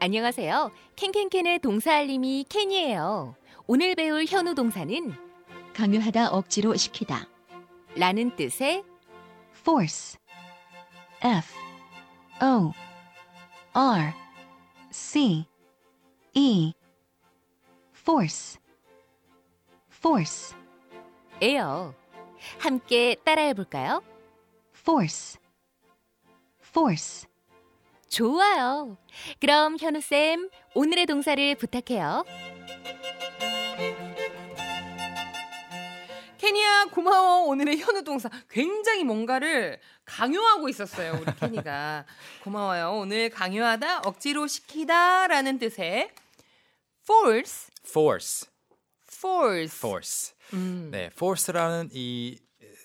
안녕하세요. 캔캔캔의 동사 알림이 캔이에요. 오늘 배울 현우 동사는 강요하다 억지로 시키다. 라는 뜻의 force. F O R C E force. force. 에요. 함께 따라해 볼까요? force. force. 좋아요. 그럼 현우쌤, 오늘의 동사를 부탁해요. 케니야 고마워 오늘의 현우 동사 굉장히 뭔가를 강요하고 있었어요 우리 케니가 고마워요 오늘 강요하다 억지로 시키다라는 뜻의 force force, force, force. 음, 네, force라는 이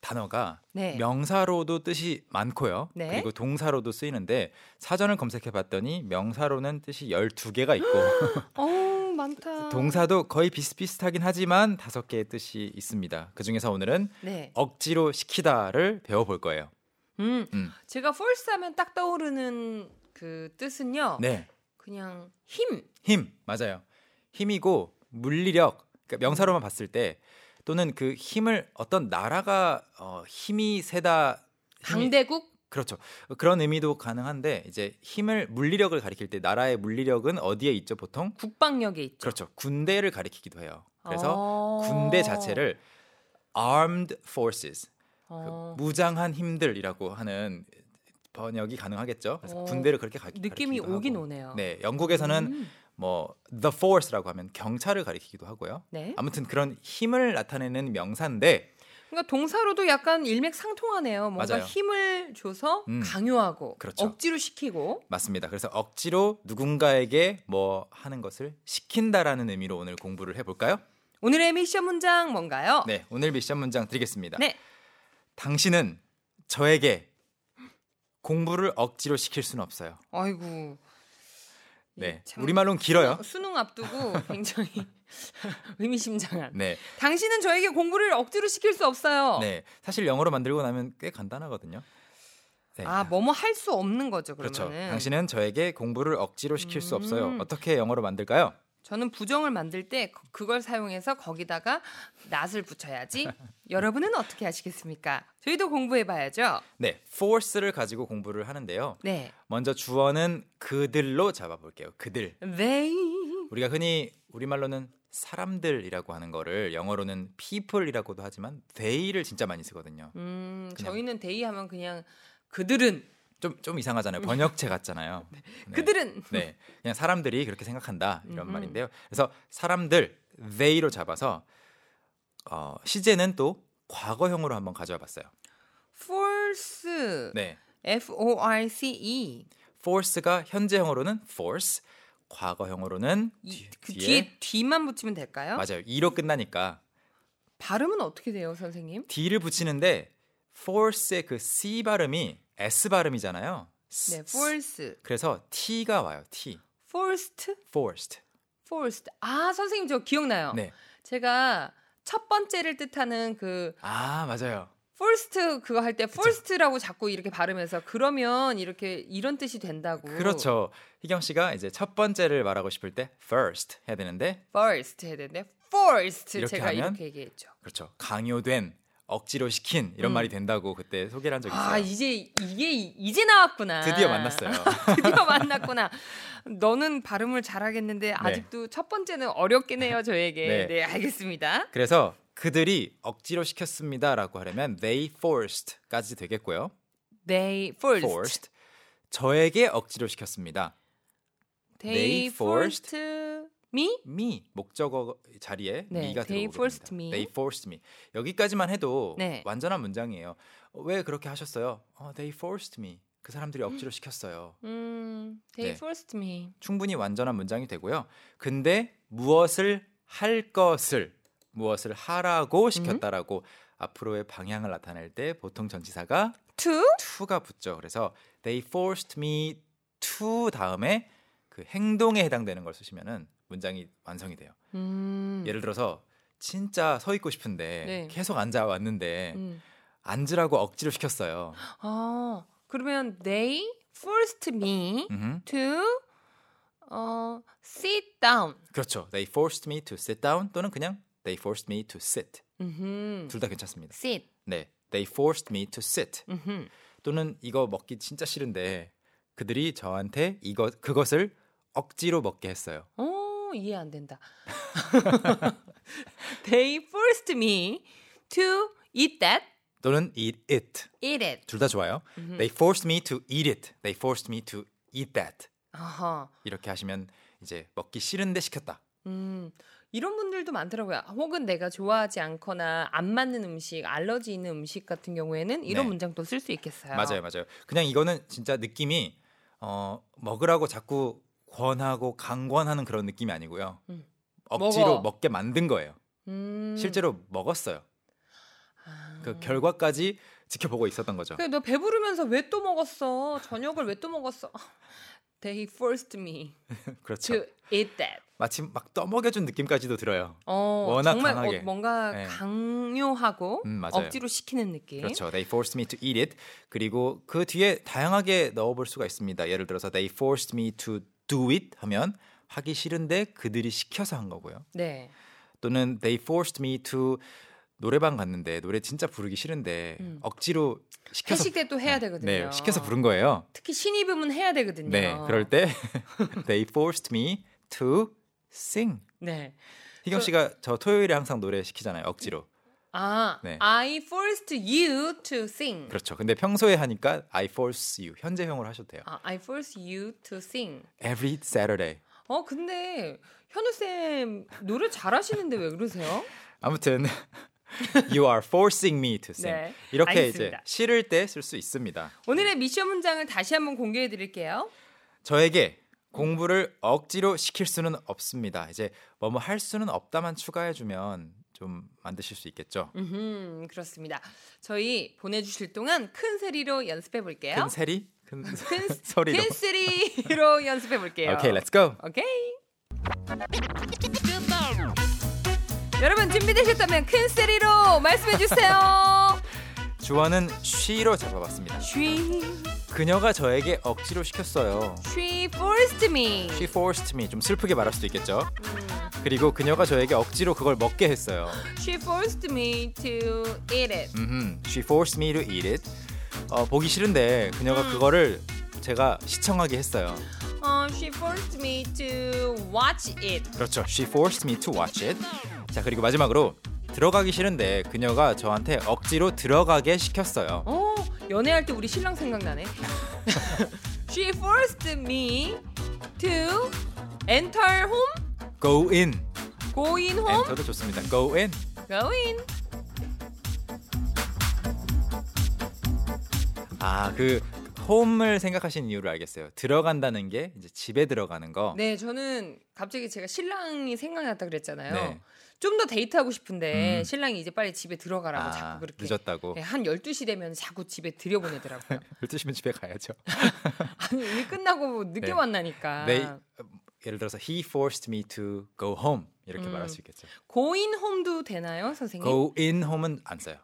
단어가 네. 명사로도 뜻이 많고요. 네. 그리고 동사로도 쓰이는데 사전을 검색해 봤더니 명사로는 뜻이 12개가 있고 어우 많다 동사도 거의 비슷비슷하긴 하지만 다섯 개의 뜻이 있습니다. 그중에서 오늘은 네 억지로 시키다를 배워 볼 거예요. 음, 음. 제가 force 하면 딱 떠오르는 그 뜻은요 네. 그냥 힘 힘 맞아요. 힘이고 물리력 그러니까 명사로만 봤을 때 또는 그 힘을 어떤 나라가 어, 힘이 세다 힘이- 강대국 그렇죠. 그런 의미도 가능한데 이제 힘을 물리력을 가리킬 때 나라의 물리력은 어디에 있죠 보통? 국방력에 있죠 그렇죠. 군대를 가리키기도 해요. 그래서 군대 어. 자체를 armed forces 그 어. 무장한 힘들이라고 하는 번역이 가능하겠죠. 그래서 어. 군대를 그렇게 가, 느낌이 가리키기도 오긴 하고. 오네요 네, 영국에서는 음, 뭐 the force라고 하면 경찰을 가리키기도 하고요. 네 아무튼 그런 힘을 나타내는 명사인데 그러니까 동사로도 약간 일맥상통하네요. 뭔가 맞아요. 힘을 줘서 음. 강요하고 그렇죠. 억지로 시키고 맞습니다. 그래서 억지로 누군가에게 뭐 하는 것을 시킨다라는 의미로 오늘 공부를 해볼까요? 오늘의 미션 문장 뭔가요? 네, 오늘 미션 문장 드리겠습니다. 네. 당신은 저에게 공부를 억지로 시킬 수는 없어요. 아이고. 네, 예, 참 우리말로는 길어요. 수능- 수능 앞두고 굉장히 의미심장한. 네, 당신은 저에게 공부를 억지로 시킬 수 없어요. 네, 사실 영어로 만들고 나면 꽤 간단하거든요. 네. 아, 뭐뭐 할 수 없는 거죠, 그러면은. 그렇죠. 당신은 저에게 공부를 억지로 시킬 수 없어요. 음. 어떻게 영어로 만들까요? 저는 부정을 만들 때 그- 그걸 사용해서 거기다가 낫을 붙여야지. 여러분은 어떻게 하시겠습니까? 저희도 공부해 봐야죠. 네, force를 가지고 공부를 하는데요. 네. 먼저 주어는 그들로 잡아볼게요. 그들. They 우리가 흔히 우리말로는 사람들이라고 하는 거를 영어로는 people이라고도 하지만 they를 진짜 많이 쓰거든요. 음, 그냥. 저희는 데이 하면 그냥 그들은 좀 좀 이상하잖아요. 번역체 같잖아요. 네. 그들은 네. 그냥 사람들이 그렇게 생각한다 이런 음흠. 말인데요. 그래서 사람들 they로 잡아서 어, 시제는 또 과거형으로 한번 가져와 봤어요. force 네. F O R C E force가 현재형으로는 force, 과거형으로는 이- 뒤- 그 뒤에 뒤만 붙이면 될까요? 맞아요. 이로 끝나니까 발음은 어떻게 돼요, 선생님? D를 붙이는데 force의 그 C 발음이 S 발음이잖아요. 네, S- force, 그래서 T가 와요. T. forced, forced. forced. 아, 선생님 저 기억나요. 네. 제가 첫 번째를 뜻하는 그 아, 맞아요. first 그거 할 때 first라고 자꾸 이렇게 발음해서 그러면 이렇게 이런 뜻이 된다고. 그렇죠. 희경 씨가 이제 첫 번째를 말하고 싶을 때 first 해야 되는데 first 해야 되는데 forced 이렇게 제가 하면? 이렇게 얘기했죠. 그렇죠. 강요된, 억지로 시킨 이런 음. 말이 된다고 그때 소개를 한 적이 있어요. 아 이제 아. 이게 이- 이제 나왔구나. 드디어 만났어요. 드디어 만났구나. 너는 발음을 잘하겠는데 아직도 첫 번째는 어렵긴 해요 저에게. 네, 네. 알겠습니다. 그래서 그들이 억지로 시켰습니다라고 하려면 they forced까지 되겠고요. They forced. forced. 저에게 억지로 시켰습니다. They They forced forced me. me 목적어 자리에 네, me가 they 들어오고 forced 됩니다. me. They forced me. 여기까지만 해도 네. 완전한 문장이에요. 어, 왜 그렇게 하셨어요? 어, they forced me. 그 사람들이 억지로 시켰어요. 음, they 네. forced me. 충분히 완전한 문장이 되고요. 근데 무엇을 할 것을 무엇을 음. 하라고 시켰다라고 앞으로의 방향을 나타낼 때 보통 전치사가 To to가 붙죠. 그래서 they forced me to 다음에 그 행동에 해당되는 걸 쓰시면은 문장이 완성이 돼요. 음, 예를 들어서 진짜 서 있고 싶은데 네. 계속 앉아 왔는데 음. 앉으라고 억지로 시켰어요. 음. 아 그러면 they forced me 음흠. to 어, sit down. 그렇죠. They forced me to sit down 또는 그냥 they forced me to sit. 음흠. 둘 다 괜찮습니다. sit. 네. They forced me to sit. 음흠. 또는 이거 먹기 진짜 싫은데 그들이 저한테 이거 그것을 억지로 먹게 했어요. 어, 이해 안 된다. They forced me to eat that. 또는 eat it. Eat it. 둘 다 좋아요. 음. They forced me to eat it. They forced me to eat that. 아하. 이렇게 하시면 이제 먹기 싫은데 시켰다. 음, 이런 분들도 많더라고요. 혹은 내가 좋아하지 않거나 안 맞는 음식, 알러지 있는 음식 같은 경우에는 이런 네. 문장도 쓸 수 있겠어요. 맞아요, 맞아요. 그냥 이거는 진짜 느낌이 어, 먹으라고 자꾸 권하고 강권하는 그런 느낌이 아니고요. 음. 억지로 먹어. 먹게 만든 거예요. 음. 실제로 먹었어요. 아. 그 결과까지 지켜보고 있었던 거죠. 그래, 너 배부르면서 왜 또 먹었어? 저녁을 왜 또 먹었어? They forced me 그렇죠. to eat that. 마침 막 떠먹여준 느낌까지도 들어요. 어, 워낙 정말 강하게. 어, 뭔가 네. 강요하고 음, 맞아요. 억지로 시키는 느낌. 그렇죠. They forced me to eat it. 그리고 그 뒤에 다양하게 넣어볼 수가 있습니다. 예를 들어서 they forced me to do it 하면 하기 싫은데 그들이 시켜서 한 거고요. 네. 또는 they forced me to 노래방 갔는데 노래 진짜 부르기 싫은데 음. 억지로 시켜서 회식 때 또 해야 되거든요. 네, 시켜서 부른 거예요. 특히 신입음은 해야 되거든요. 네, 그럴 때 they forced me to sing. 네. 희경 그- 씨가 저 토요일에 항상 노래 시키잖아요, 억지로. 아, 네. I forced you to sing. 그렇죠. 근데 평소에 하니까 I force you 현재형으로 하셔도 돼요. 아, I force you to sing. Every Saturday. 어, 근데 현우 쌤 노래 잘하시는데 왜 그러세요? 아무튼 you are forcing me to sing. 네, 이렇게 알겠습니다. 이제 싫을 때 쓸 수 있습니다. 오늘의 미션 문장을 다시 한번 공개해 드릴게요. 저에게 공부를 억지로 시킬 수는 없습니다. 이제 뭐뭐 할 수는 없다만 추가해 주면 좀 만드실 수 있겠죠. 음, 그렇습니다. 저희 보내 주실 동안 큰 소리로 연습해 볼게요. 큰 세리 큰 큰, 소리로. 큰 소리로 연습해 볼게요. 오케이, let's go. 오케이. 여러분 준비되셨다면 큰 소리로 말씀해 주세요. 주어는 she로 잡아봤습니다. She 그녀가 저에게 억지로 시켰어요. she forced me. She forced me. 좀 슬프게 말할 수도 있겠죠. 그리고 그녀가 저에게 억지로 그걸 먹게 했어요. She forced me to eat it. 음, she forced me to eat it. 어, 보기 싫은데 그녀가 그거를 제가 시청하게 했어요. 어, she forced me to watch it. 그렇죠. She forced me to watch it. 자 그리고 마지막으로 들어가기 싫은데 그녀가 저한테 억지로 들어가게 시켰어요. 어, 연애할 때 우리 신랑 생각나네. she forced me to enter home, Go in. go in home, 엔터도 좋습니다. Go in. go in. 아 그 홈을 생각하신 이유를 알겠어요. 들어간다는 게 이제 집에 들어가는 거. 네, 저는 갑자기 제가 신랑이 생각났다 그랬잖아요. 네. 좀 더 데이트하고 싶은데 음. 신랑이 이제 빨리 집에 들어가라고 아, 자꾸 그렇게 늦었다고. 네, 한 12시 되면 자꾸 집에 들여보내더라고요. 12시면 집에 가야죠. 아니, 일 끝나고 늦게 네. 만나니까. They, 예를 들어서 he forced me to go home 음. 이렇게 네. 말할 수 있겠죠. 고인 홈도 되나요, 선생님? Go in home은 안 써요.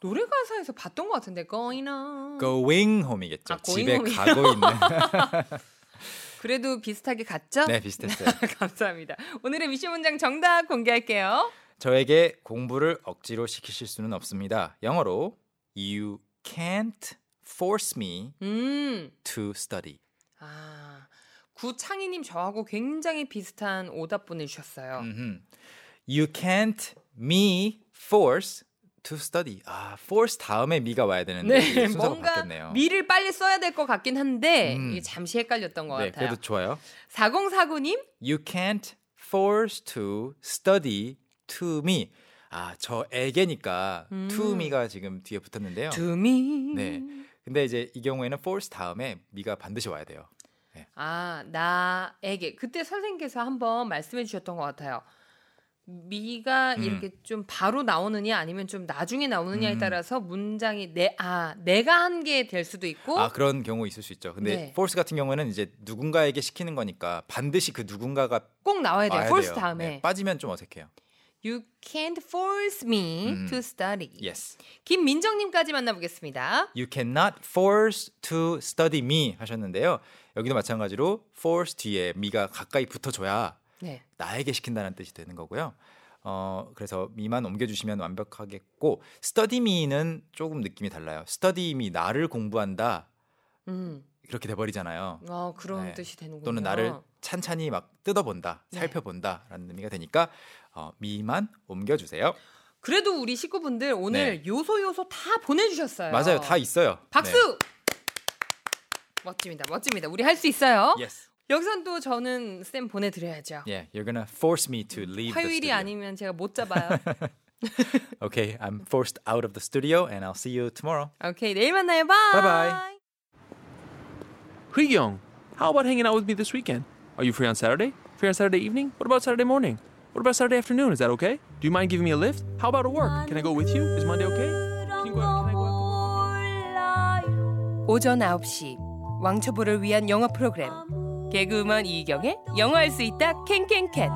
노래 가사에서 봤던 것 같은데 going on. Going home이겠죠. 아, going 집에 home이요? 가고 있는. 그래도 비슷하게 갔죠? 네 비슷했어요. 감사합니다. 오늘의 미션 문장 정답 공개할게요. 저에게 공부를 억지로 시키실 수는 없습니다. 영어로 You can't force me 음. to study. 아. 구창희님 저하고 굉장히 비슷한 오답 보내주셨어요. 음흠. You can't me force to study. 아, force 다음에 미가 와야 되는데 이게 네, 순서가 뭔가 바뀌었네요. 미를 빨리 써야 될 것 같긴 한데 음. 이게 잠시 헷갈렸던 것 네, 같아요. 그래도 좋아요. 4049님 You can't force to study to me. 아, 저에게니까 음. to me가 지금 뒤에 붙었는데요. To me 어. 네. 음. 근데 이제 이 경우에는 force 다음에 미가 반드시 와야 돼요. 아 나에게 그때 선생님께서 한번 말씀해 주셨던 것 같아요. 미가 음. 이렇게 좀 바로 나오느냐 아니면 좀 나중에 나오느냐에 음. 따라서 문장이 내 아 내가 한 게 될 수도 있고 아 그런 경우 있을 수 있죠. 근데 어? 네. force 같은 경우는 이제 누군가에게 시키는 거니까 반드시 그 누군가가 꼭 나와야 돼요. 와야 네, force 돼요. 다음에 네, 빠지면 좀 어색해요. You can't force me 음. to study. Yes, 김민정님까지 만나보겠습니다. you cannot force to study me 하셨는데요. 여기도 마찬가지로 force 뒤에 미가 가까이 붙어줘야 네. 나에게 시킨다는 뜻이 되는 거고요. 어, 그래서 미만 옮겨주시면 완벽하겠고 study me는 조금 느낌이 달라요. study me 나를 공부한다 음. 이렇게 돼버리잖아요. 아 그런 네. 뜻이 되는군요. 또는 나를 찬찬히 막 뜯어본다, 네. 살펴본다라는 의미가 되니까 어, 미만 옮겨주세요. 그래도 우리 식구분들 오늘 요소 요소 다 보내주셨어요. 네. 맞아요, 다 있어요. 네. 박수. 멋집니다, 멋집니다. 우리 할 수 있어요. Yes. 예, 여기선 또 저는 쌤 보내드려야죠. Yeah, you're gonna force me to leave. the 화요일이 studio. 아니면 제가 못 잡아요. Okay, I'm forced out of the studio, and I'll see you tomorrow. 오케이, 내일 만나요. 바이. 바이바이. Young, how about hanging out with me this weekend? Are you free on Saturday? Free on Saturday evening? What about Saturday morning? What about Saturday afternoon? Is that okay? Do you mind giving me a lift? How about a work? Can I go with you? Is Monday okay? Can you go out? Can I go out? 오전 9시 왕초보를 위한 영어 프로그램 개그우먼 이경의 영어할 수 있다 캔캔캔